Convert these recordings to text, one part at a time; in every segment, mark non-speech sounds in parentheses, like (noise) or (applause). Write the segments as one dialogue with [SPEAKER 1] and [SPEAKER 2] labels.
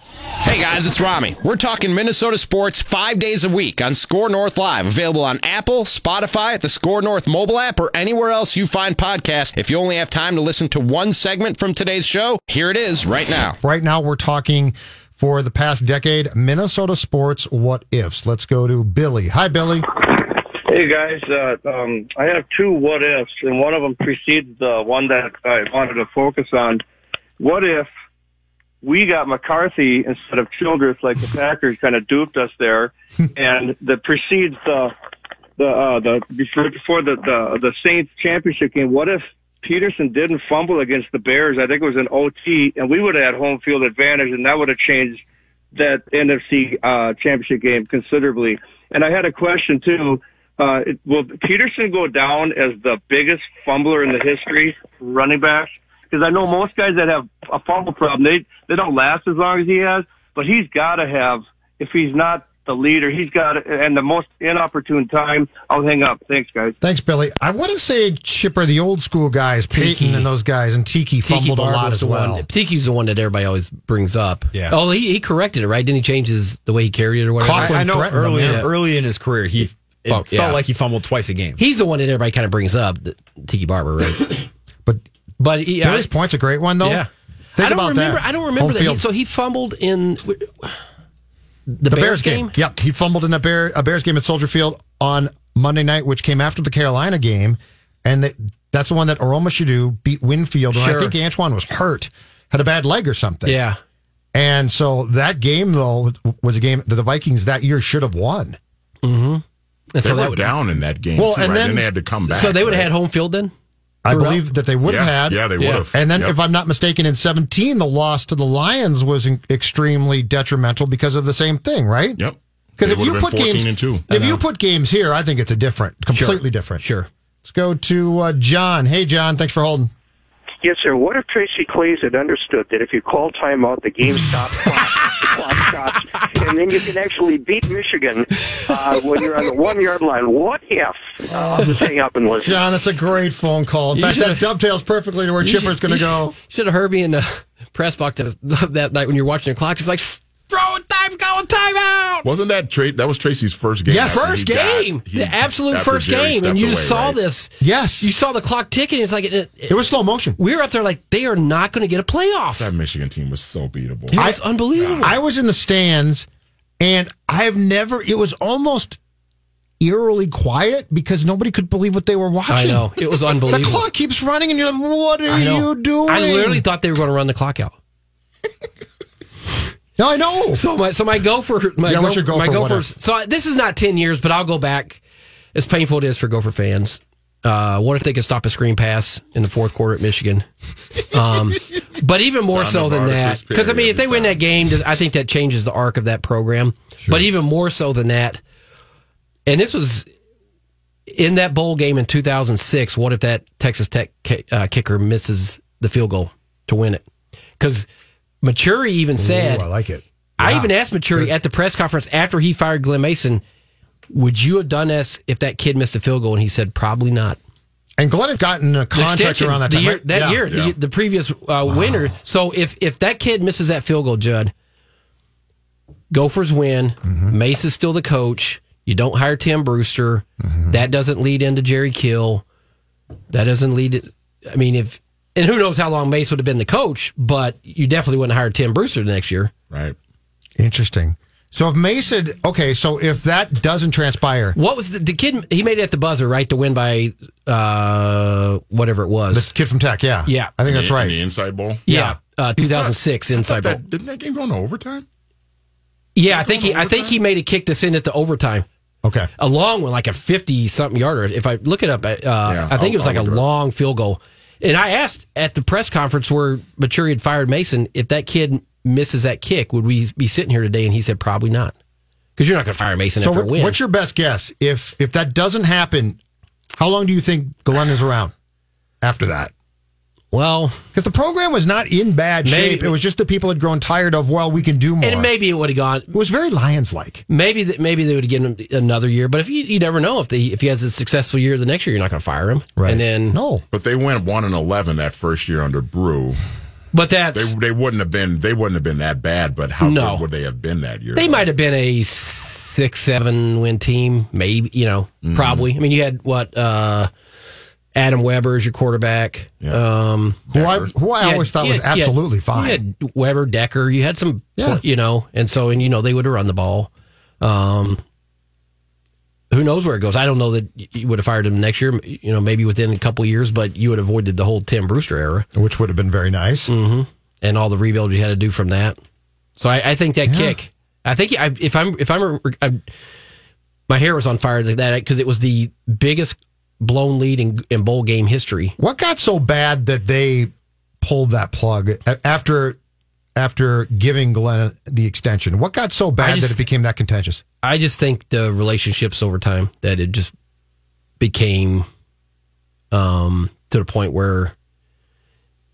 [SPEAKER 1] Hey guys, it's Rami. We're talking Minnesota sports five days a week on Score North Live, available on Apple, Spotify, the Score North mobile app, or anywhere else you find podcasts. If you only have time to listen to one segment from today's show, here it is right now.
[SPEAKER 2] Right now, we're talking for the past decade Minnesota sports what ifs. Let's go to Billy. Hi, Billy.
[SPEAKER 3] Hey guys, uh, um, I have two what ifs, and one of them precedes the one that I wanted to focus on. What if we got McCarthy instead of Childress, like the Packers kind of duped us there, and that precedes the the uh, the before, before the, the the Saints championship game. What if Peterson didn't fumble against the Bears? I think it was an OT, and we would have had home field advantage, and that would have changed that NFC uh, championship game considerably. And I had a question too. Uh, it, will Peterson go down as the biggest fumbler in the history running back? Because I know most guys that have a fumble problem, they they don't last as long as he has. But he's got to have, if he's not the leader, he's got. to And the most inopportune time, I'll hang up. Thanks, guys.
[SPEAKER 2] Thanks, Billy. I want to say Chipper, the old school guys, Peyton and those guys, and Tiki, fumbled a
[SPEAKER 4] Barber
[SPEAKER 2] lot
[SPEAKER 4] was
[SPEAKER 2] as
[SPEAKER 4] the
[SPEAKER 2] well.
[SPEAKER 4] One, Tiki's the one that everybody always brings up.
[SPEAKER 5] Yeah.
[SPEAKER 4] Oh, he, he corrected it, right? Didn't he change his the way he carried it or whatever?
[SPEAKER 2] Coughlin
[SPEAKER 5] I, I know
[SPEAKER 2] threatened Oh, him,
[SPEAKER 5] early,
[SPEAKER 4] yeah.
[SPEAKER 5] early in his career, he it
[SPEAKER 4] Fuck,
[SPEAKER 5] felt
[SPEAKER 4] yeah.
[SPEAKER 5] like he fumbled twice a game.
[SPEAKER 4] He's the one that everybody kind of brings up, the, Tiki
[SPEAKER 2] (laughs)
[SPEAKER 4] Barber, right?
[SPEAKER 2] But
[SPEAKER 4] but he, I-
[SPEAKER 2] Billy's point's a great one, though.
[SPEAKER 4] yeah.
[SPEAKER 2] Think
[SPEAKER 4] I don't
[SPEAKER 2] about
[SPEAKER 4] remember.
[SPEAKER 2] that.
[SPEAKER 4] I don't remember
[SPEAKER 2] Home
[SPEAKER 4] that. He,
[SPEAKER 2] field.
[SPEAKER 4] so he fumbled in the,
[SPEAKER 2] the Bears, game. Yep, he fumbled in the Bear, a Bears game at Soldier Field on Monday night, which came after the Carolina game, and that that's the one that Aroma Shadu beat Winfield. And I
[SPEAKER 4] Sure.
[SPEAKER 2] think Antoine was hurt, had a bad leg or something.
[SPEAKER 4] Yeah.
[SPEAKER 2] And so that game though was a game that the Vikings that year should have won.
[SPEAKER 4] And
[SPEAKER 6] They
[SPEAKER 4] so that
[SPEAKER 6] were
[SPEAKER 4] would-
[SPEAKER 6] down in that game.
[SPEAKER 2] Well,
[SPEAKER 6] too,
[SPEAKER 2] and
[SPEAKER 6] right?
[SPEAKER 2] then-
[SPEAKER 6] they had to come back.
[SPEAKER 4] So they would have
[SPEAKER 6] right?
[SPEAKER 4] had home field then?
[SPEAKER 2] I
[SPEAKER 4] Throughout-
[SPEAKER 2] believe that they would have
[SPEAKER 6] yeah.
[SPEAKER 2] had.
[SPEAKER 6] Yeah, they
[SPEAKER 4] Yeah.
[SPEAKER 6] would have.
[SPEAKER 2] And then,
[SPEAKER 6] Yep.
[SPEAKER 2] if I'm not mistaken, in 17, the loss to the Lions was in- extremely detrimental because of the same thing, right?
[SPEAKER 6] Yep.
[SPEAKER 2] Because
[SPEAKER 6] They
[SPEAKER 2] if you
[SPEAKER 6] would've been
[SPEAKER 2] put
[SPEAKER 6] 14
[SPEAKER 2] games
[SPEAKER 6] and two.
[SPEAKER 2] if you put games here, I think it's a different, completely different.
[SPEAKER 4] Sure.
[SPEAKER 2] Let's go to uh, John. Hey, John, thanks for holding.
[SPEAKER 7] Yes, sir. What if Tracy Clays had understood that if you call timeout, the game stops, clock stops, and then you can actually beat Michigan uh, when you're on the one yard line? What if? Uh, I'll just hang up and listen.
[SPEAKER 2] John, that's a great phone call. In
[SPEAKER 4] You
[SPEAKER 2] fact, that
[SPEAKER 4] should've-
[SPEAKER 2] dovetails perfectly to where Chipper's going to go.
[SPEAKER 4] Should have heard me in (laughs) the press box that, (laughs) that night when you're watching the clock. It's like, throw a time, go a timeout.
[SPEAKER 6] Wasn't that Tra- that was Tracy's first game?
[SPEAKER 2] Yeah,
[SPEAKER 6] after
[SPEAKER 4] First
[SPEAKER 6] he got-
[SPEAKER 4] game,
[SPEAKER 6] he-
[SPEAKER 4] the absolute
[SPEAKER 6] after
[SPEAKER 4] first
[SPEAKER 6] Jerry
[SPEAKER 4] game, and
[SPEAKER 6] stepped
[SPEAKER 4] you just
[SPEAKER 6] away,
[SPEAKER 4] saw
[SPEAKER 6] right?
[SPEAKER 4] this.
[SPEAKER 2] Yes.
[SPEAKER 4] you saw the clock ticking. It's like it, it-
[SPEAKER 2] It was slow motion.
[SPEAKER 4] we were up there like they are not going to get a playoff.
[SPEAKER 6] That Michigan team was so beatable.
[SPEAKER 4] It was unbelievable.
[SPEAKER 2] I was in the stands, and I've never. It was almost eerily quiet because nobody could believe what they were watching.
[SPEAKER 4] I know it was
[SPEAKER 2] The
[SPEAKER 4] unbelievable.
[SPEAKER 2] clock keeps running, and you're like, "What are
[SPEAKER 4] I know.
[SPEAKER 2] you doing?"
[SPEAKER 4] I literally thought they were going to run the clock out.
[SPEAKER 2] No, I know.
[SPEAKER 4] So my so my gopher my
[SPEAKER 2] Yeah,
[SPEAKER 4] gopher,
[SPEAKER 2] what's your
[SPEAKER 4] my
[SPEAKER 2] gopher? What
[SPEAKER 4] gophers. So I- this is not ten years, but I'll go back. As painful it is for Gopher fans, uh, what if they could stop a screen pass in the fourth quarter at Michigan?
[SPEAKER 2] (laughs)
[SPEAKER 4] Um, but even more
[SPEAKER 6] Down
[SPEAKER 4] so
[SPEAKER 6] to
[SPEAKER 4] than that,
[SPEAKER 6] Vargas
[SPEAKER 4] because I mean,
[SPEAKER 6] period
[SPEAKER 4] if they win that
[SPEAKER 6] every
[SPEAKER 4] game, I think that changes the arc of that program. But even more so than that, and this was in that bowl game in 2006. What if that Texas Tech ki- uh, kicker misses the field goal to win it? Because Maturi even said,
[SPEAKER 2] Ooh, I like it.
[SPEAKER 4] I even asked Maturi at the press conference after he fired Glenn Mason, would you have done this if that kid missed a field goal? And he said, probably not.
[SPEAKER 2] And Glenn had gotten a
[SPEAKER 4] The
[SPEAKER 2] contract
[SPEAKER 4] extension,
[SPEAKER 2] around that
[SPEAKER 4] the
[SPEAKER 2] time.
[SPEAKER 4] year,
[SPEAKER 2] right?
[SPEAKER 4] That
[SPEAKER 2] Yeah.
[SPEAKER 4] year,
[SPEAKER 6] Yeah.
[SPEAKER 4] the, the previous uh, winner. So if, if that kid misses that field goal, Judd, Gophers win.
[SPEAKER 2] Mm-hmm.
[SPEAKER 4] Mace is still the coach. You don't hire Tim Brewster.
[SPEAKER 2] Mm-hmm.
[SPEAKER 4] That doesn't lead into Jerry Kill. That doesn't lead. It, I mean, if and who knows how long Mace would have been the coach, but you definitely wouldn't hire Tim Brewster the next year.
[SPEAKER 6] Right.
[SPEAKER 2] Interesting. So if Mason, okay, so if that doesn't transpire,
[SPEAKER 4] What was the, the kid? He made it at the buzzer, right, to win by uh, whatever it
[SPEAKER 2] the
[SPEAKER 4] was.
[SPEAKER 2] kid from Tech, yeah,
[SPEAKER 4] Yeah.
[SPEAKER 2] I think that's
[SPEAKER 6] In- in the
[SPEAKER 2] right.
[SPEAKER 6] inside bowl.
[SPEAKER 4] yeah, Uh, 2006 inside bowl.
[SPEAKER 6] That, didn't that game go into overtime?
[SPEAKER 4] Yeah, I think he. I think he made a kick that's in at the overtime,
[SPEAKER 2] Okay,
[SPEAKER 4] a long one, like a 50 something yarder. If I look it up, uh, I think it was
[SPEAKER 6] I'll-
[SPEAKER 4] like
[SPEAKER 6] I'll
[SPEAKER 4] a
[SPEAKER 6] look it up.
[SPEAKER 4] long field goal. And I asked at the press conference where Maturi had fired Mason if that kid misses that kick, would we be sitting here today? And he said probably not, because you're not going to fire Mason
[SPEAKER 2] so
[SPEAKER 4] after
[SPEAKER 2] what-
[SPEAKER 4] a win.
[SPEAKER 2] what's your best guess if if that doesn't happen? How long do you think Glenn is around after that?
[SPEAKER 4] well,
[SPEAKER 2] Because the program was not in bad
[SPEAKER 4] Maybe-
[SPEAKER 2] shape. It was just the people had grown tired of. Well, we can do more.
[SPEAKER 4] and maybe it would have gone.
[SPEAKER 2] it was very Lions-like.
[SPEAKER 4] Maybe that maybe they would give him another year, but if you, you never know if they if he has a successful year the next year, you're not going to fire him, And then
[SPEAKER 2] no,
[SPEAKER 6] But they went one and eleven that first year under Brew.
[SPEAKER 4] But that's
[SPEAKER 6] They they wouldn't have been they wouldn't have been that bad, but how
[SPEAKER 4] No.
[SPEAKER 6] good would they have been that year?
[SPEAKER 4] they might have been a six seven win team, maybe you know
[SPEAKER 6] Mm-hmm.
[SPEAKER 4] probably. I mean, you had what uh, Adam Weber as your quarterback.
[SPEAKER 6] Yeah.
[SPEAKER 4] Um,
[SPEAKER 2] who I who I
[SPEAKER 4] you had-
[SPEAKER 2] always thought
[SPEAKER 4] you
[SPEAKER 2] was
[SPEAKER 4] had- you had-
[SPEAKER 2] absolutely fine.
[SPEAKER 4] You had Weber, Decker. You had some,
[SPEAKER 2] Yeah.
[SPEAKER 4] you know, and so and you know they would have run the ball. Um, who knows where it goes? I don't know that y- you would have fired him next year. You know, maybe within a couple of years, but you would have avoided the whole Tim Brewster era
[SPEAKER 2] which would have been very nice.
[SPEAKER 4] and all the rebuild you had to do from that. So I, I think that kick. I think I, if I'm if I'm, I, my hair was on fire like that because it was the biggest blown lead in, in bowl game history.
[SPEAKER 2] What got so bad that they pulled that plug a- after after giving Glenn the extension? What got so bad
[SPEAKER 4] just-
[SPEAKER 2] that it became that contentious?
[SPEAKER 4] I just think the relationships over time that it just became um, to the point where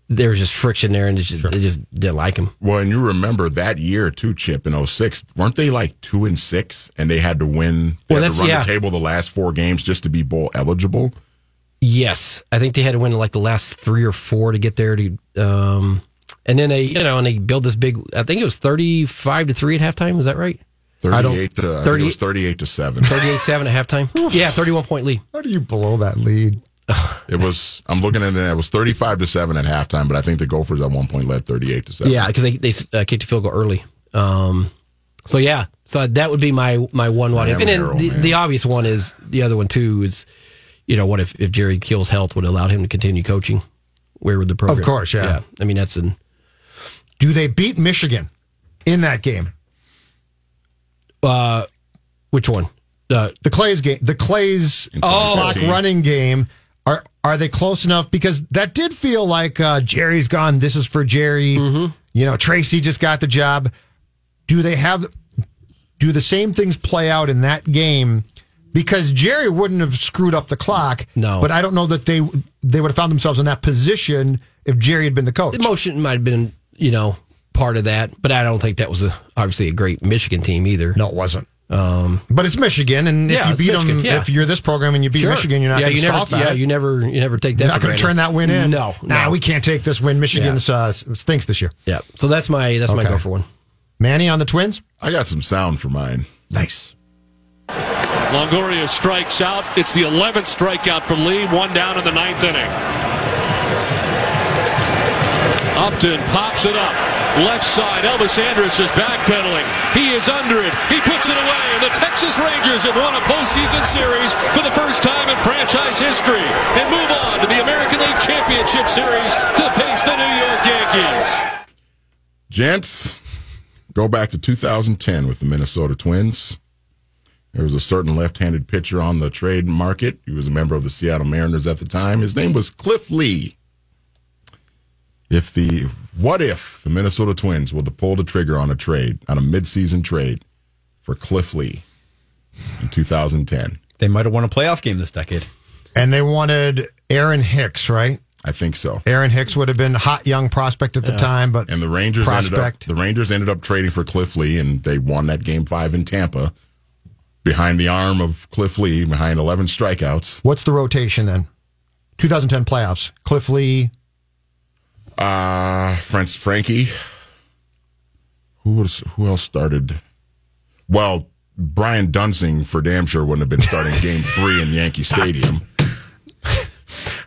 [SPEAKER 4] there was just friction there, and it just, they just didn't like him.
[SPEAKER 6] Well, and you remember that year too, Chip in 06, weren't they like two and six, and they had to win? They
[SPEAKER 4] Well,
[SPEAKER 6] had
[SPEAKER 4] that's-
[SPEAKER 6] to run
[SPEAKER 4] yeah.
[SPEAKER 6] the table the last four games just to be bowl eligible.
[SPEAKER 4] Yes, I think they had to win like the last three or four to get there. To um, and then they, you know, and they build this big. I think it was thirty-five to three at halftime. Is that right?
[SPEAKER 2] don't-
[SPEAKER 6] Thirty-eight to I think it
[SPEAKER 4] 38
[SPEAKER 6] was thirty-eight to seven.
[SPEAKER 4] Thirty-eight-seven at halftime. yeah, thirty-one point lead.
[SPEAKER 2] How do you blow that lead?
[SPEAKER 6] It was. I'm looking at it. It was 35 to seven at halftime, but I think the Gophers at one point led 38 to seven.
[SPEAKER 4] Yeah, because they they uh, kicked a field goal early. Um, so yeah, so that would be my my one what if, and then
[SPEAKER 6] Arrow,
[SPEAKER 4] the,
[SPEAKER 6] man.
[SPEAKER 4] the obvious one is the other one too is, you know, what if if Jerry Keel's health would allow him to continue coaching? Where would the program?
[SPEAKER 2] Of course, yeah.
[SPEAKER 4] I mean, that's an
[SPEAKER 2] Do they beat Michigan in that game?
[SPEAKER 4] uh, which one? Uh,
[SPEAKER 2] The Clays game, the Clays
[SPEAKER 6] Oh.
[SPEAKER 2] clock running game. Are are they close enough? Because that did feel like uh, Jerry's gone. This is for Jerry.
[SPEAKER 4] Mm-hmm.
[SPEAKER 2] You know, Tracy just got the job. Do they have? Do the same things play out in that game? Because Jerry wouldn't have screwed up the clock.
[SPEAKER 4] No.
[SPEAKER 2] but I don't know that they they would have found themselves in that position if Jerry had been the coach.
[SPEAKER 4] emotion might have been you know part of that, but I don't think that was a, obviously a great Michigan team either. Um,
[SPEAKER 2] No, it wasn't. but it's Michigan, and
[SPEAKER 4] Yeah,
[SPEAKER 2] if
[SPEAKER 4] it's
[SPEAKER 2] you beat
[SPEAKER 4] Michigan,
[SPEAKER 2] them,
[SPEAKER 4] yeah.
[SPEAKER 2] if you're this program and you beat
[SPEAKER 4] Sure.
[SPEAKER 2] Michigan, you're not
[SPEAKER 4] yeah,
[SPEAKER 2] going
[SPEAKER 4] you
[SPEAKER 2] to
[SPEAKER 4] never,
[SPEAKER 2] scoff at
[SPEAKER 4] yeah,
[SPEAKER 2] it.
[SPEAKER 4] you never, you never take that.
[SPEAKER 2] You're not
[SPEAKER 4] for
[SPEAKER 2] going to
[SPEAKER 4] granted.
[SPEAKER 2] turn that win in.
[SPEAKER 4] No,
[SPEAKER 2] nah,
[SPEAKER 4] no.
[SPEAKER 2] we can't take this win. Michigan's uh, stinks this year.
[SPEAKER 4] Yeah, so that's my that's my
[SPEAKER 2] Okay.
[SPEAKER 4] go for one.
[SPEAKER 2] Manny on the Twins.
[SPEAKER 6] I got some sound for mine.
[SPEAKER 2] Nice.
[SPEAKER 8] Longoria strikes out. It's the 11th strikeout from Lee, one down in the ninth inning. Upton pops it up. Left side, Elvis Andrus is backpedaling. He is under it. He puts it away, and the Texas Rangers have won a postseason series for the first time in franchise history and move on to the American League Championship Series to face the New York Yankees.
[SPEAKER 6] Gents, go back to 2010 with the Minnesota Twins. There was a certain left handed pitcher on the trade market. He was a member of the Seattle Mariners at the time. His name was Cliff Lee. If the what if the Minnesota Twins were to pull the trigger on a trade, on a midseason trade for Cliff Lee in 2010?
[SPEAKER 5] They might have won a playoff game this decade.
[SPEAKER 2] And they wanted Aaron Hicks, right?
[SPEAKER 6] I think so.
[SPEAKER 2] Aaron Hicks would have been a hot young prospect at the time, but
[SPEAKER 6] And the Rangers ended up
[SPEAKER 2] prospect.
[SPEAKER 6] the Rangers ended up trading for Cliff Lee, and they won that game five in Tampa, behind the arm of Cliff Lee, behind eleven strikeouts.
[SPEAKER 2] What's the rotation then? 2010 playoffs. Cliff Lee.
[SPEAKER 6] Uh Franz Frankie. Who was who else started? Well, Brian Dunsing for damn sure wouldn't have
[SPEAKER 2] (laughs)
[SPEAKER 6] been starting Game Three in Yankee Stadium.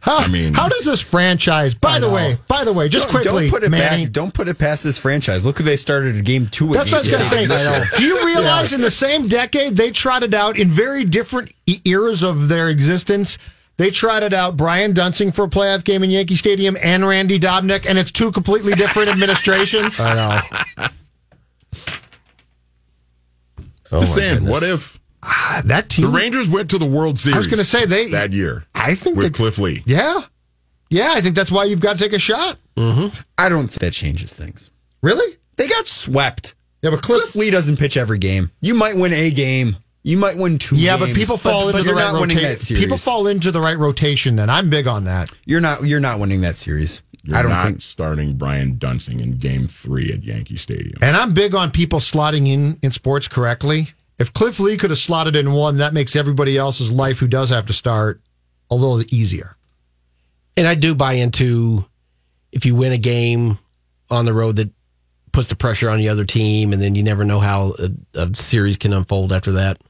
[SPEAKER 2] How,
[SPEAKER 6] I mean-
[SPEAKER 2] how does this franchise? By the way, by the way, just quickly,
[SPEAKER 5] don't put it
[SPEAKER 2] Manny.
[SPEAKER 5] back. Don't put it past this franchise. Look who they started at game two.
[SPEAKER 2] That's what I was going to say. Do you realize in the same decade they trotted out in very different e- eras of their existence? They trotted out Brian Dunsing for a playoff game in Yankee Stadium and Randy Dobnik, and it's two completely different
[SPEAKER 5] (laughs)
[SPEAKER 2] administrations. I know. Oh,
[SPEAKER 6] Just saying, what if
[SPEAKER 2] Uh, That
[SPEAKER 6] the
[SPEAKER 2] team.
[SPEAKER 6] Rangers went to the World Series?
[SPEAKER 2] I was going to say they.
[SPEAKER 6] that year.
[SPEAKER 2] I think
[SPEAKER 6] with
[SPEAKER 2] that-
[SPEAKER 6] Cliff Lee.
[SPEAKER 2] Yeah. Yeah, I think that's why you've got to take a shot.
[SPEAKER 5] I don't think that changes things.
[SPEAKER 2] Really?
[SPEAKER 5] They got swept.
[SPEAKER 2] Yeah, but Cliff.
[SPEAKER 5] Cliff Lee doesn't pitch every game. You might win a game. You might win two.
[SPEAKER 2] yeah, but
[SPEAKER 5] games,
[SPEAKER 2] people fall into the
[SPEAKER 5] you're
[SPEAKER 2] right
[SPEAKER 5] not winning that
[SPEAKER 2] rotation.
[SPEAKER 5] series.
[SPEAKER 2] People fall into the right rotation. Then I'm big on that.
[SPEAKER 5] You're not. You're not winning that series.
[SPEAKER 6] You're
[SPEAKER 5] I don't
[SPEAKER 6] not
[SPEAKER 5] think.
[SPEAKER 6] starting Brian Dunsing in Game Three at Yankee Stadium.
[SPEAKER 2] And I'm big on people slotting in in sports correctly. If Cliff Lee could have slotted in one, that makes everybody else's life who does have to start a little easier.
[SPEAKER 4] And I do buy into if you win a game on the road that puts the pressure on the other team, and then you never know how a, a series can unfold after that.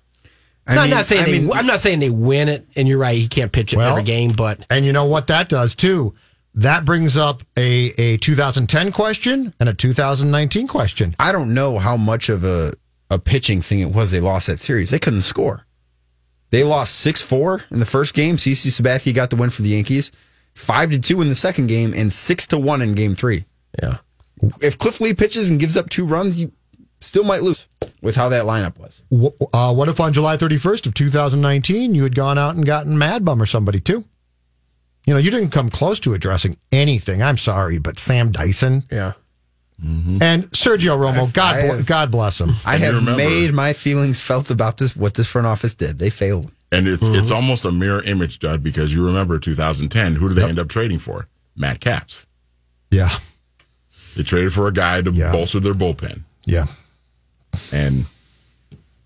[SPEAKER 5] I
[SPEAKER 4] No, I'm
[SPEAKER 5] mean-
[SPEAKER 4] not saying
[SPEAKER 5] I
[SPEAKER 4] they,
[SPEAKER 5] mean,
[SPEAKER 4] I'm not saying they win it, and you're right. He can't pitch it
[SPEAKER 2] Well-
[SPEAKER 4] every game, but
[SPEAKER 2] And you know what that does too? That brings up a, a 2010 question and a 2019 question.
[SPEAKER 5] I don't know how much of a, a pitching thing it was they lost that series. They couldn't score. They lost 6 4 in the first game. CC Sabathia got the win for the Yankees, 5 to 2 in the second game, and 6 to 1 in game three.
[SPEAKER 4] yeah,
[SPEAKER 5] If Cliff Lee pitches and gives up two runs, you still might lose with how that lineup was.
[SPEAKER 2] Wh- Uh, what if on July 31st of 2019 you had gone out and gotten Mad Bum or somebody too? You know, you didn't come close to addressing anything. I'm sorry, but Sam Dyson
[SPEAKER 4] yeah.
[SPEAKER 2] and Sergio Romo, God,
[SPEAKER 5] I
[SPEAKER 2] bl-
[SPEAKER 5] have-
[SPEAKER 2] God bless him.
[SPEAKER 5] I
[SPEAKER 6] And you
[SPEAKER 5] have
[SPEAKER 6] remember-
[SPEAKER 5] made my feelings felt about this what this front office did. They failed.
[SPEAKER 6] And it's
[SPEAKER 4] Mm-hmm.
[SPEAKER 6] it's almost a mirror image, Judd, because you remember 2010. Who did they end up trading for? Matt Capps.
[SPEAKER 2] Yeah,
[SPEAKER 6] They traded for a guy to
[SPEAKER 2] Yeah.
[SPEAKER 6] bolster their bullpen,
[SPEAKER 2] yeah.
[SPEAKER 6] and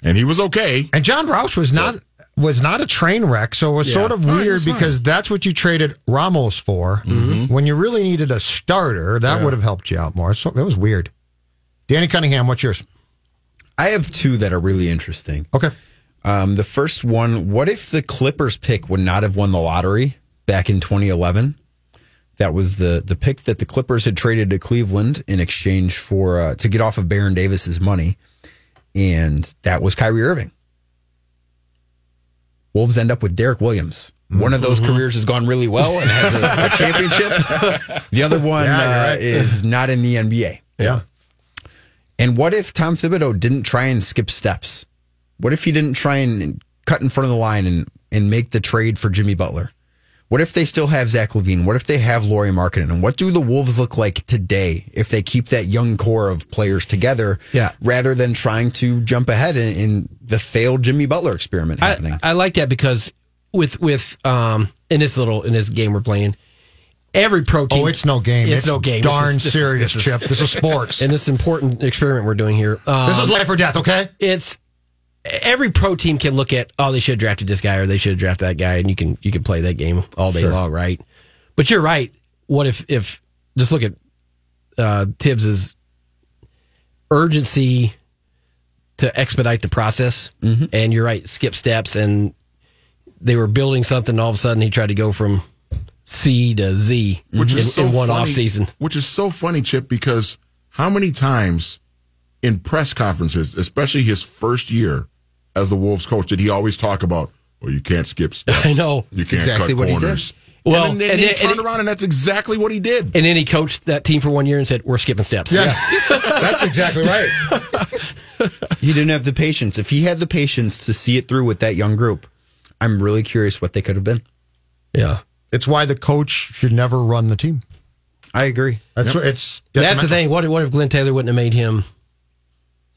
[SPEAKER 6] and he was okay.
[SPEAKER 2] And John Roush was not was not a train wreck, so it was sort
[SPEAKER 4] Oh,
[SPEAKER 2] of weird because that's what you traded Ramos for
[SPEAKER 4] Mm-hmm.
[SPEAKER 2] when you really needed a starter. That would have helped you out more. So it was weird. Danny Cunningham, what's yours?
[SPEAKER 5] I have two that are really interesting.
[SPEAKER 2] Okay.
[SPEAKER 5] Um, the first one, what if the Clippers pick would not have won the lottery back in 2011? That was the the pick that the Clippers had traded to Cleveland in exchange for uh, to get off of Baron Davis's money, and that was Kyrie Irving. Wolves end up with Derek Williams. One of
[SPEAKER 4] Mm-hmm.
[SPEAKER 5] those careers has gone really well and has a, a championship.
[SPEAKER 4] (laughs)
[SPEAKER 5] The other one uh, is not in the NBA.
[SPEAKER 2] Yeah.
[SPEAKER 5] And what if Tom Thibodeau didn't try and skip steps? What if he didn't try and cut in front of the line and, and make the trade for Jimmy Butler? What if they still have Zach Levine? What if they have Laurie Markkinen? And what do the Wolves look like today if they keep that young core of players together
[SPEAKER 4] Yeah.
[SPEAKER 5] rather than trying to jump ahead in, in the failed Jimmy Butler experiment happening?
[SPEAKER 4] I, I like that because with with um in this little in this game we're playing, every pro team.
[SPEAKER 2] Oh, it's no game.
[SPEAKER 4] It's, no game. This
[SPEAKER 2] Darn
[SPEAKER 4] is- this is-
[SPEAKER 2] serious,
[SPEAKER 4] this is-
[SPEAKER 2] Chip. This is
[SPEAKER 4] (laughs)
[SPEAKER 2] sports.
[SPEAKER 4] And this important experiment we're doing here. Um,
[SPEAKER 2] this is life or death. Okay.
[SPEAKER 4] it's every pro team can look at oh they should have drafted this guy or they should have drafted that guy and you can you can play that game all day long right but you're right what if if just look at uh tibbs's urgency to expedite the process
[SPEAKER 6] Mm-hmm.
[SPEAKER 4] and you're right skip steps and they were building something and all of a sudden he tried to go from c to z
[SPEAKER 6] which
[SPEAKER 4] in,
[SPEAKER 6] is so
[SPEAKER 4] Mm-hmm. in one
[SPEAKER 6] funny,
[SPEAKER 4] off season
[SPEAKER 6] Which is so funny, Chip, because how many times in press conferences, especially his first year as the Wolves coach, did he always talk about, "Oh, you can't skip steps.
[SPEAKER 4] (laughs) (laughs) I know.
[SPEAKER 6] you can't
[SPEAKER 5] Exactly
[SPEAKER 6] cut
[SPEAKER 5] what he did.
[SPEAKER 6] corners."
[SPEAKER 4] Well,
[SPEAKER 6] and then,
[SPEAKER 4] and
[SPEAKER 6] he
[SPEAKER 4] it-
[SPEAKER 6] turned
[SPEAKER 4] and it-
[SPEAKER 6] around, and that's exactly what he did.
[SPEAKER 4] and then he coached that team for one year and said we're skipping steps (laughs)
[SPEAKER 2] That's exactly right.
[SPEAKER 5] He didn't have the patience. If he had the patience to see it through with that young group, I'm really curious what they could have been.
[SPEAKER 4] yeah.
[SPEAKER 2] It's why the coach should never run the team.
[SPEAKER 5] I agree.
[SPEAKER 2] That's what it's.
[SPEAKER 4] That's the thing. What, what if Glenn Taylor wouldn't have made him?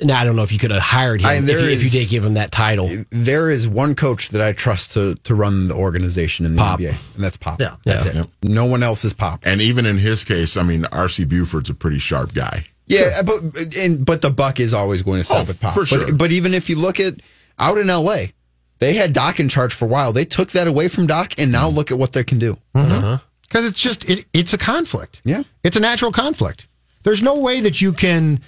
[SPEAKER 4] Now I don't know if you could have hired him
[SPEAKER 5] I-
[SPEAKER 4] if,
[SPEAKER 5] there
[SPEAKER 4] you, if you
[SPEAKER 5] is-
[SPEAKER 4] did give him that title.
[SPEAKER 5] there is one coach that I trust to to run the organization in the
[SPEAKER 4] Pop.
[SPEAKER 5] NBA, and that's Pop.
[SPEAKER 2] Yeah.
[SPEAKER 5] that's it.
[SPEAKER 6] Yep.
[SPEAKER 5] No one else is Pop.
[SPEAKER 6] And even in his case, I mean, R.C. Buford's a pretty sharp guy.
[SPEAKER 5] Yeah, but and but the buck is always going to stop
[SPEAKER 6] Oh,
[SPEAKER 5] at Pop.
[SPEAKER 6] for sure.
[SPEAKER 5] But, but even if you look at out in L.A., they had Doc in charge for a while. They took that away from Doc, and now look at what they can do.
[SPEAKER 2] because it's just it, it's a conflict.
[SPEAKER 5] Yeah.
[SPEAKER 2] it's a natural conflict. There's no way that you can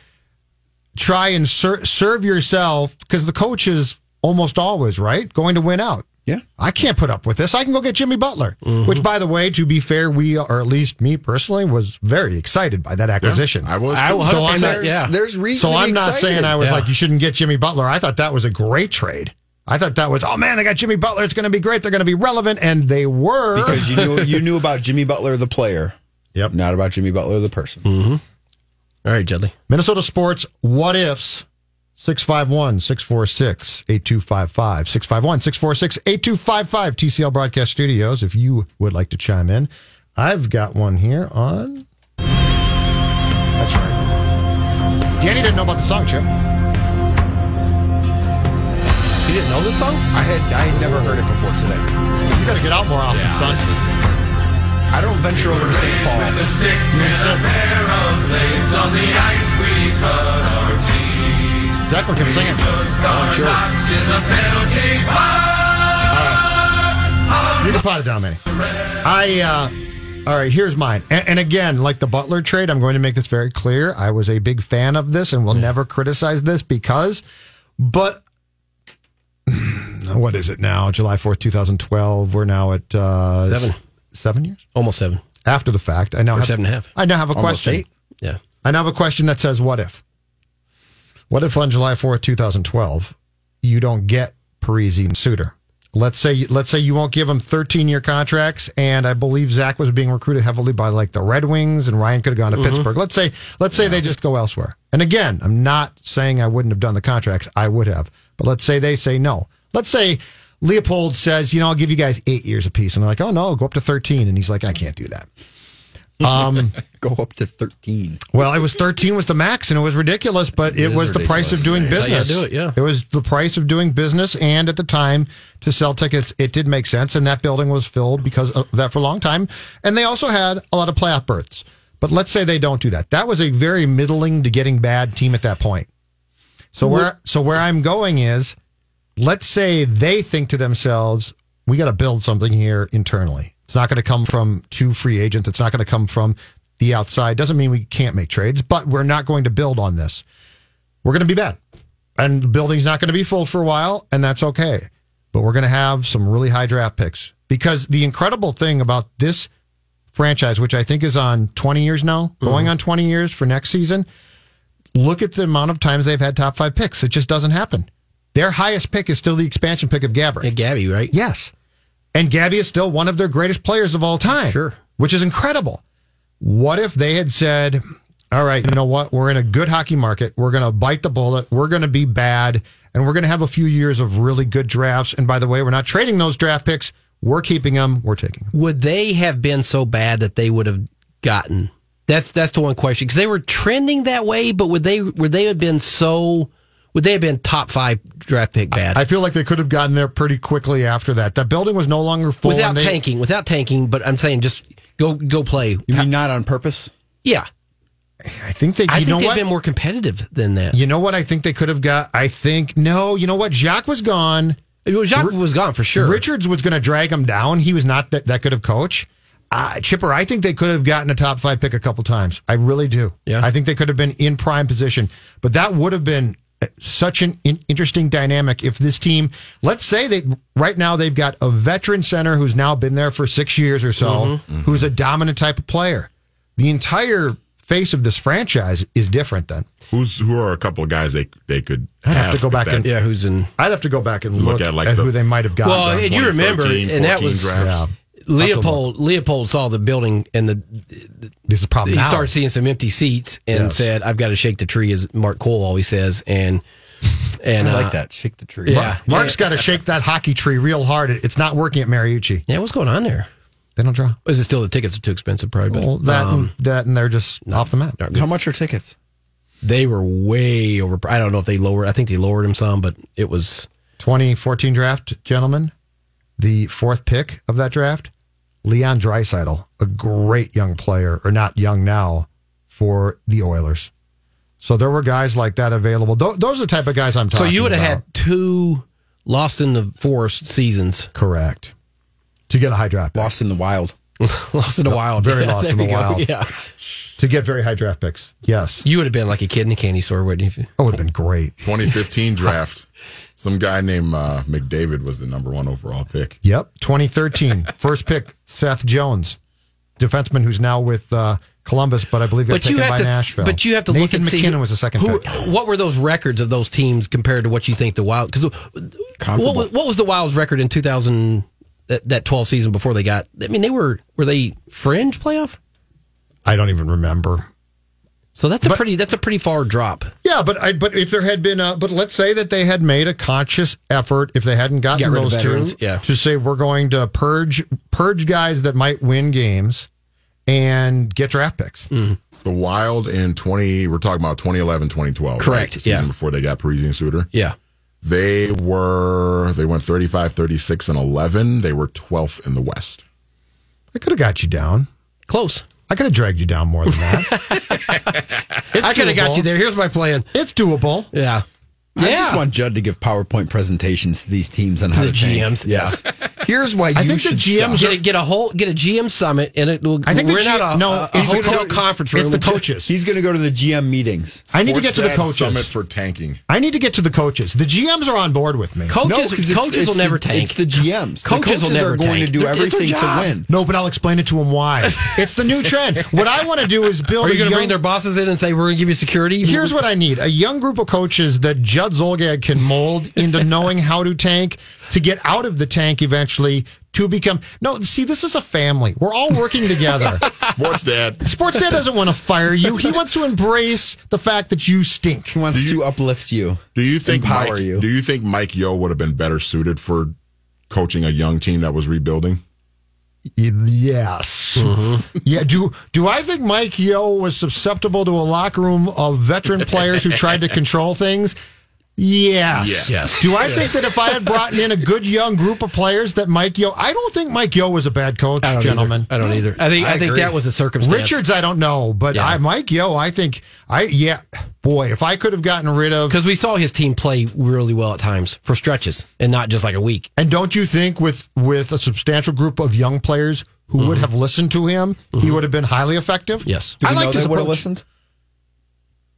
[SPEAKER 2] try and ser- serve yourself because the coach is almost always right going to win out.
[SPEAKER 5] Yeah.
[SPEAKER 2] I can't put up with this. I can go get Jimmy Butler, which, by the way, to be fair, we or at least me personally was very excited by that acquisition.
[SPEAKER 6] I was.
[SPEAKER 4] I
[SPEAKER 6] too.
[SPEAKER 4] will-
[SPEAKER 2] so I'm
[SPEAKER 5] And
[SPEAKER 2] not,
[SPEAKER 5] there's,
[SPEAKER 4] yeah.
[SPEAKER 5] there's reason.
[SPEAKER 2] so
[SPEAKER 5] to be
[SPEAKER 2] I'm not
[SPEAKER 5] excited.
[SPEAKER 2] saying I was
[SPEAKER 4] Yeah.
[SPEAKER 2] like you shouldn't get Jimmy Butler. I thought that was a great trade. I thought that was oh man, they got Jimmy Butler. It's going to be great. They're going to be relevant, and they were.
[SPEAKER 5] because you knew you knew about Jimmy Butler the player.
[SPEAKER 2] Yep.
[SPEAKER 5] Not about Jimmy Butler the person.
[SPEAKER 4] All right, Judley.
[SPEAKER 2] Minnesota Sports What Ifs 651 646 8255. 651 646 8255. TCL Broadcast Studios, if you would like to chime in. I've got one here on. That's right. Danny didn't know about the song, Chip.
[SPEAKER 4] You didn't know this song?
[SPEAKER 5] I had I had never heard it before today.
[SPEAKER 2] You gotta get out more often, son.
[SPEAKER 5] I don't venture over to St. Paul.
[SPEAKER 2] Declan can sing it. You can pot it down, Manny. I, uh, All right, here's mine. And, and again, like the Butler trade, I'm going to make this very clear. I was a big fan of this
[SPEAKER 4] Mm.
[SPEAKER 2] and will never criticize this because, but what is it now? July 4th, 2012. We're now at uh,
[SPEAKER 4] Seven.
[SPEAKER 2] s- seven years
[SPEAKER 4] Almost seven.
[SPEAKER 2] after the fact. I now have
[SPEAKER 4] seven and a half.
[SPEAKER 2] I now have a question.
[SPEAKER 5] eight.
[SPEAKER 4] Yeah.
[SPEAKER 2] I now have a question that says, "What if? What if on July fourth, two thousand twelve, you don't get Parisi and Suter? Let's say, let's say you won't give them thirteen year contracts, and I believe Zach was being recruited heavily by like the Red Wings, and Ryan could have gone to Pittsburgh. Let's say, let's say they just go elsewhere. And again, I'm not saying I wouldn't have done the contracts; I would have. But let's say they say no. Let's say." Leopold says, you know, I'll give you guys eight years apiece. And they're like, oh no, go up to 13. And he's like, I can't do that. Um,
[SPEAKER 5] Go up to 13.
[SPEAKER 2] Well, it was 13 was the max, and it was ridiculous, but it,
[SPEAKER 5] is
[SPEAKER 2] was the price
[SPEAKER 5] ridiculous.
[SPEAKER 2] of doing
[SPEAKER 4] how you
[SPEAKER 2] business.
[SPEAKER 4] do it, yeah.
[SPEAKER 2] It was the price of doing business, and at the time, to sell tickets, it did make sense, and that building was filled because of that for a long time. And they also had a lot of playoff berths. But let's say they don't do that. That was a very middling to getting bad team at that point. So where so where I'm going is, let's say they think to themselves, we got to build something here internally. It's not going to come from two free agents. It's not going to come from the outside. Doesn't mean we can't make trades, but we're not going to build on this. We're going to be bad. And the building's not going to be full for a while, and that's okay. But we're going to have some really high draft picks because the incredible thing about this franchise, which I think is on 20 years now, going on 20 years for next season, look at the amount of times they've had top five picks. It just doesn't happen. Their highest pick is still the expansion pick of Gabbert.
[SPEAKER 4] Yeah, Gabby, right?
[SPEAKER 2] Yes. And Gabby is still one of their greatest players of all time.
[SPEAKER 4] Sure.
[SPEAKER 2] Which is incredible. What if they had said, all right, you know what? We're in a good hockey market. We're going to bite the bullet. We're going to be bad. And we're going to have a few years of really good drafts. And by the way, we're not trading those draft picks. We're keeping them. We're taking them.
[SPEAKER 4] Would they have been so bad that they would have gotten? That's that's the one question because they were trending that way. But would they would they have been so? Would they have been top five draft pick bad
[SPEAKER 2] I feel like they could have gotten there pretty quickly after that. That building was no longer full.
[SPEAKER 4] without
[SPEAKER 2] and they-
[SPEAKER 4] tanking? Without tanking, but I'm saying just go go play.
[SPEAKER 5] You mean not on purpose?
[SPEAKER 4] Yeah,
[SPEAKER 2] I think they.
[SPEAKER 4] I
[SPEAKER 2] you
[SPEAKER 4] think
[SPEAKER 2] know
[SPEAKER 4] they've
[SPEAKER 2] what?
[SPEAKER 4] been more competitive than that.
[SPEAKER 2] You know what? I think they could have got. I think no. You know what? Jacques was gone.
[SPEAKER 4] Well, Jacques was gone for sure.
[SPEAKER 2] Richards was going to drag him down. He was not that, that good of coach. Uh, Chipper, I think they could have gotten a top five pick a couple times. I really do.
[SPEAKER 4] Yeah.
[SPEAKER 2] I think they could have been in prime position, but that would have been uh, such an in- interesting dynamic if this team, let's say they right now they've got a veteran center who's now been there for six years or so,
[SPEAKER 4] Mm-hmm.
[SPEAKER 2] who's a dominant type of player. The entire face of this franchise is different then.
[SPEAKER 6] Who's who are a couple of guys they they could?
[SPEAKER 2] I'd have to go
[SPEAKER 6] if
[SPEAKER 2] back
[SPEAKER 6] that- (laughs)
[SPEAKER 2] and-
[SPEAKER 4] yeah, who's in?
[SPEAKER 2] I'd have to go back and
[SPEAKER 6] Look
[SPEAKER 2] look,
[SPEAKER 6] at, like,
[SPEAKER 2] at
[SPEAKER 6] the-
[SPEAKER 2] who they might have gotten.
[SPEAKER 4] Well,
[SPEAKER 6] Done
[SPEAKER 4] and you
[SPEAKER 6] 2013,
[SPEAKER 4] remember, and that
[SPEAKER 6] 14
[SPEAKER 4] was
[SPEAKER 6] drafts.
[SPEAKER 4] Leopold. Leopold saw the building and the
[SPEAKER 2] this is probably
[SPEAKER 4] he
[SPEAKER 2] now.
[SPEAKER 4] started seeing some empty seats and
[SPEAKER 2] Yes.
[SPEAKER 4] said, "I've got to shake the tree," as Mark Cole always says, and and
[SPEAKER 5] I
[SPEAKER 4] uh,
[SPEAKER 5] like that. Shake the tree.
[SPEAKER 4] Yeah,
[SPEAKER 2] Mark's got to shake that hockey tree real hard. It- It's not working at Mariucci.
[SPEAKER 4] yeah. What's going on there?
[SPEAKER 2] They don't draw.
[SPEAKER 4] Is it still the tickets are too expensive? Probably, but
[SPEAKER 2] Well, that
[SPEAKER 4] um,
[SPEAKER 2] and, that and they're just off the map.
[SPEAKER 5] How much are tickets?
[SPEAKER 4] they were way over. I don't know if they lowered. I think they lowered them some, but it was
[SPEAKER 2] 2014 draft, gentlemen. The fourth pick of that draft, Leon Dreisaitl, a great young player, or not young now, for the Oilers. So there were guys like that available. Tho- those are the type of guys I'm
[SPEAKER 4] so
[SPEAKER 2] talking.
[SPEAKER 4] you would have
[SPEAKER 2] about.
[SPEAKER 4] had two lost in the forest seasons,
[SPEAKER 2] correct to get a high draft pick.
[SPEAKER 5] Lost in the wild.
[SPEAKER 4] (laughs) lost in the wild,
[SPEAKER 2] very
[SPEAKER 4] Yeah,
[SPEAKER 2] lost in
[SPEAKER 4] (laughs) there
[SPEAKER 2] the
[SPEAKER 4] you go.
[SPEAKER 2] wild.
[SPEAKER 4] Yeah,
[SPEAKER 2] to get very high draft picks. Yes,
[SPEAKER 4] you would have been like a kid in a candy store, wouldn't you?
[SPEAKER 2] that would have been great. (laughs)
[SPEAKER 6] 2015 draft. Some guy named uh, McDavid was the number one overall pick.
[SPEAKER 2] Yep. 2013, (laughs) first pick, Seth Jones, defenseman who's now with uh, Columbus, but I believe got
[SPEAKER 4] But you
[SPEAKER 2] taken by
[SPEAKER 4] have to,
[SPEAKER 2] Nashville.
[SPEAKER 4] but you have to
[SPEAKER 2] Nathan
[SPEAKER 4] look and
[SPEAKER 2] McKinnon
[SPEAKER 4] see who-
[SPEAKER 2] was the second
[SPEAKER 4] who-
[SPEAKER 2] pick.
[SPEAKER 4] What were those records of those teams compared to what you think the Wild? Because what, wa- what was the Wild's record in 2000 that, that 12 season before they got? I mean, they were were they fringe playoff?
[SPEAKER 2] I don't even remember.
[SPEAKER 4] So that's a pretty that's a pretty far drop.
[SPEAKER 2] Yeah, but I but if there had been a, but let's say that they had made a conscious effort if they hadn't gotten
[SPEAKER 4] Got rid of
[SPEAKER 2] those two
[SPEAKER 4] veterans, yeah.
[SPEAKER 2] to say we're going to purge purge guys that might win games and get draft picks.
[SPEAKER 4] Mm.
[SPEAKER 6] The Wild in 20, we're talking about 2011, 2012. right?
[SPEAKER 4] Correct,
[SPEAKER 6] The season
[SPEAKER 4] yeah.
[SPEAKER 6] Before they got Parisian Suter.
[SPEAKER 4] Yeah,
[SPEAKER 6] They were, they went 35, 36, and 11. They were 12th in the West.
[SPEAKER 2] I could have got you down.
[SPEAKER 4] close.
[SPEAKER 2] I could have dragged you down more than that.
[SPEAKER 4] (laughs)
[SPEAKER 2] It's
[SPEAKER 4] I could have
[SPEAKER 2] doable.
[SPEAKER 4] got you there. Here's my plan.
[SPEAKER 2] It's doable.
[SPEAKER 4] Yeah,
[SPEAKER 5] I just want Judd to give PowerPoint presentations to these teams on how
[SPEAKER 4] the
[SPEAKER 5] to tank.
[SPEAKER 4] GMs.
[SPEAKER 5] Yes. Here's why
[SPEAKER 2] I
[SPEAKER 5] you
[SPEAKER 2] think the
[SPEAKER 5] should
[SPEAKER 2] GMs
[SPEAKER 5] suck.
[SPEAKER 4] Get a, get a whole get a GM summit and it will.
[SPEAKER 2] I think the
[SPEAKER 4] we're
[SPEAKER 2] G-
[SPEAKER 4] not a,
[SPEAKER 2] no,
[SPEAKER 4] a- a
[SPEAKER 2] it's the
[SPEAKER 4] hotel
[SPEAKER 2] co-
[SPEAKER 4] conference room.
[SPEAKER 2] It's the coaches.
[SPEAKER 5] He's going to go to the GM meetings.
[SPEAKER 2] I need to get
[SPEAKER 6] Sports
[SPEAKER 2] to the
[SPEAKER 6] Stats
[SPEAKER 2] coaches.
[SPEAKER 6] Summit for tanking.
[SPEAKER 2] I need to get to the coaches. The GMs are on board with me.
[SPEAKER 4] Coaches,
[SPEAKER 5] 'cause it's-
[SPEAKER 4] coaches
[SPEAKER 5] it's
[SPEAKER 4] will
[SPEAKER 5] the-
[SPEAKER 4] never tank.
[SPEAKER 5] It's the GMs. The
[SPEAKER 4] Coaches will
[SPEAKER 5] coaches
[SPEAKER 4] never
[SPEAKER 5] are going
[SPEAKER 4] tank.
[SPEAKER 5] to do
[SPEAKER 4] It's their
[SPEAKER 5] everything to
[SPEAKER 4] job.
[SPEAKER 5] win.
[SPEAKER 2] No, but I'll explain it to them
[SPEAKER 4] (laughs)
[SPEAKER 2] why. it's the new trend. What I want to do is build.
[SPEAKER 4] Are you
[SPEAKER 2] a
[SPEAKER 4] going to
[SPEAKER 2] young-
[SPEAKER 4] bring their bosses in and say we're going to give you
[SPEAKER 2] (laughs)
[SPEAKER 4] security?
[SPEAKER 2] Here's what I need: a young group of coaches that Judd Zolgad can mold
[SPEAKER 4] (laughs)
[SPEAKER 2] into knowing how to tank, to get out of the tank eventually, to become. No, see, this is a family. We're all working
[SPEAKER 4] (laughs)
[SPEAKER 2] together.
[SPEAKER 6] Sports dad.
[SPEAKER 2] Sports Dad doesn't want to fire you. He wants to embrace the fact that you stink.
[SPEAKER 5] He wants to uplift you.
[SPEAKER 6] Do you think
[SPEAKER 5] Empower
[SPEAKER 6] Mike,
[SPEAKER 5] you.
[SPEAKER 6] Do you think Mike Yo would have been better suited for coaching a young team that was rebuilding?
[SPEAKER 2] Yes.
[SPEAKER 4] Mm-hmm.
[SPEAKER 2] Yeah. Do do I think Mike Yo was susceptible to a locker room of veteran players who tried to control things? Yes.
[SPEAKER 6] Yes.
[SPEAKER 2] Do I think that if I had brought in a good young group of players that Mike Yo, I don't think Mike Yo was a bad coach,
[SPEAKER 4] I don't
[SPEAKER 2] gentlemen.
[SPEAKER 4] either. I don't either. I think I,
[SPEAKER 5] I
[SPEAKER 4] think
[SPEAKER 5] agree.
[SPEAKER 4] that was a circumstance.
[SPEAKER 2] Richards, I don't know, but
[SPEAKER 4] Yeah.
[SPEAKER 2] I Mike Yo, I think I yeah, boy, if I could have gotten rid of
[SPEAKER 4] because we saw his team play really well at times for stretches and not just like a week.
[SPEAKER 2] And don't you think with with a substantial group of young players who would have listened to him, he would have been highly effective?
[SPEAKER 4] Mm-hmm. Yes.
[SPEAKER 5] Do
[SPEAKER 2] I
[SPEAKER 5] we know
[SPEAKER 2] like
[SPEAKER 5] they
[SPEAKER 2] his
[SPEAKER 5] would have
[SPEAKER 2] approach.
[SPEAKER 5] listened?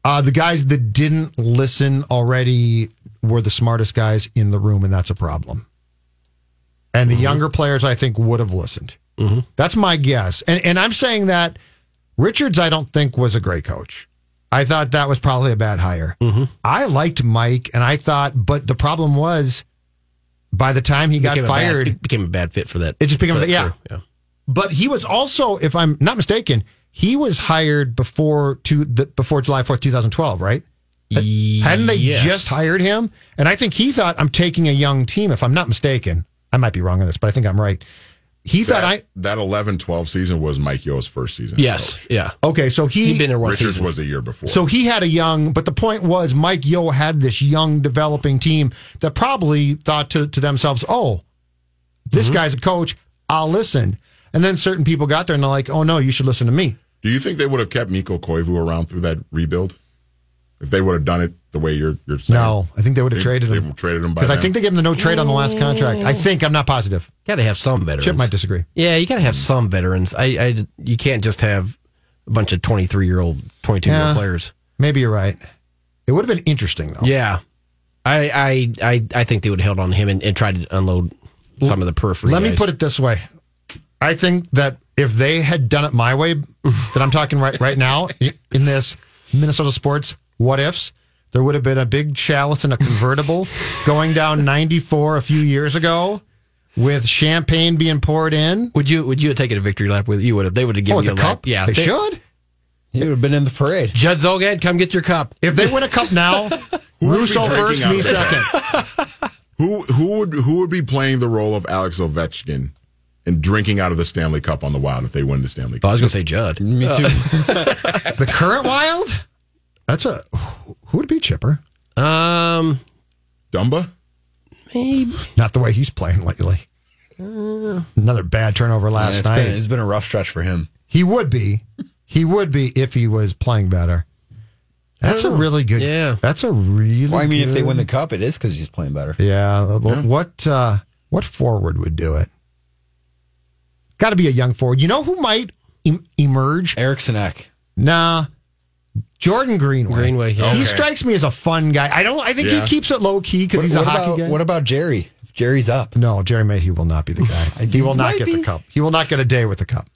[SPEAKER 2] Uh, the guys that didn't listen already were the smartest guys in the room, and that's a problem. And
[SPEAKER 4] Mm-hmm.
[SPEAKER 2] the younger players, I think, would have listened. That's my guess. And and I'm saying that Richards, I don't think was a great coach. I thought that was probably a bad hire.
[SPEAKER 4] Mm-hmm.
[SPEAKER 2] I liked Mike, and I thought, but the problem was, by the time he got
[SPEAKER 4] Became a bad-
[SPEAKER 2] fired,
[SPEAKER 4] it became a bad fit for that.
[SPEAKER 2] It just became
[SPEAKER 4] for
[SPEAKER 2] a-
[SPEAKER 4] that-
[SPEAKER 2] yeah.
[SPEAKER 4] for- yeah.
[SPEAKER 2] But he was also, if I'm not mistaken, he was hired before to the, before July fourth, two thousand twelve, right? Uh, Hadn't they
[SPEAKER 4] Yes.
[SPEAKER 2] just hired him? And I think he thought I'm taking a young team. If I'm not mistaken, I might be wrong on this, but I think I'm right. He thought I
[SPEAKER 6] That, that 11 12 season was Mike Yo's first season. as
[SPEAKER 4] Yes.
[SPEAKER 6] coach.
[SPEAKER 4] Yeah.
[SPEAKER 2] okay. So he
[SPEAKER 4] He'd been in one
[SPEAKER 6] Richards
[SPEAKER 4] season.
[SPEAKER 6] was the year before.
[SPEAKER 2] so he had a young, but the point was Mike Yo had this young developing team that probably thought to, to themselves, "Oh, this guy's a coach. I'll listen." And then certain people got there and they're like, "Oh no, you should listen to me."
[SPEAKER 6] do you think they would have kept Miko Koivu around through that rebuild? If they would have done it the way you're, you're saying?
[SPEAKER 2] No, I think they would have traded
[SPEAKER 6] they
[SPEAKER 2] him.
[SPEAKER 6] traded him by
[SPEAKER 2] Because I
[SPEAKER 6] then?
[SPEAKER 2] think they gave him the no trade on the last contract.
[SPEAKER 6] Mm.
[SPEAKER 2] I think I'm not positive.
[SPEAKER 4] Got to have some veterans.
[SPEAKER 2] Chip might disagree.
[SPEAKER 4] Yeah, you got to have some veterans. I, I, you can't just have a bunch of twenty-three-year-old, twenty-two-year-old
[SPEAKER 2] Yeah.
[SPEAKER 4] players.
[SPEAKER 2] Maybe you're right. It would have been interesting though.
[SPEAKER 4] Yeah, I, I, I, I think they would have held on to him and, and tried to unload some of the periphery.
[SPEAKER 2] Let me
[SPEAKER 4] guys.
[SPEAKER 2] put it this way. I think that if they had done it my way, that I'm talking right right now in this Minnesota sports what ifs, there would have been a big chalice and a convertible going down 94 a few years ago with champagne being poured in.
[SPEAKER 4] Would you, would you have taken a victory lap with you? Would have? They would have given
[SPEAKER 2] Oh,
[SPEAKER 4] you
[SPEAKER 2] the
[SPEAKER 4] a
[SPEAKER 2] cup?
[SPEAKER 4] lap. Yeah,
[SPEAKER 2] they should.
[SPEAKER 5] He would have been in the parade.
[SPEAKER 4] Judd Zolgad, come get your cup.
[SPEAKER 2] If they win a cup
[SPEAKER 6] (laughs)
[SPEAKER 2] now, Russo
[SPEAKER 6] drinking
[SPEAKER 2] first,
[SPEAKER 6] out
[SPEAKER 2] me
[SPEAKER 6] of that?
[SPEAKER 2] second.
[SPEAKER 6] Who who would who would be playing the role of Alex Ovechkin and drinking out of the Stanley Cup on the Wild if they win the Stanley
[SPEAKER 4] I
[SPEAKER 6] Cup?
[SPEAKER 4] was gonna say Judd.
[SPEAKER 5] Me too.
[SPEAKER 2] The current Wild? That's a who would be Chipper?
[SPEAKER 4] Um,
[SPEAKER 6] Dumba?
[SPEAKER 4] maybe.
[SPEAKER 2] Not the way he's playing lately. Another bad turnover
[SPEAKER 5] it's,
[SPEAKER 2] last night.
[SPEAKER 5] been, it's been a rough stretch for him.
[SPEAKER 2] He would be. He would be if he was playing better. That's a really good.
[SPEAKER 4] Yeah.
[SPEAKER 2] That's a really.
[SPEAKER 5] Oh, Well, I mean, if they
[SPEAKER 2] good-
[SPEAKER 5] win the cup, it is because he's playing better.
[SPEAKER 2] Yeah. wh- What uh, what forward would do it? Got to be a young forward. You know who might em- emerge?
[SPEAKER 5] Erickson Eck.
[SPEAKER 2] Nah. Jordan Greenway.
[SPEAKER 4] Greenway, yeah.
[SPEAKER 2] He
[SPEAKER 4] Okay.
[SPEAKER 2] strikes me as a fun guy. I don't. I think
[SPEAKER 6] Yeah.
[SPEAKER 2] he keeps it low key because
[SPEAKER 5] What,
[SPEAKER 2] he's a
[SPEAKER 5] what
[SPEAKER 2] hockey
[SPEAKER 5] about,
[SPEAKER 2] guy.
[SPEAKER 5] what about Jerry? If Jerry's up. (laughs)
[SPEAKER 2] No, Jerry Mayhew will not be the guy. he will not
[SPEAKER 5] might
[SPEAKER 2] get the
[SPEAKER 5] be.
[SPEAKER 2] cup. He will not get a day with the cup.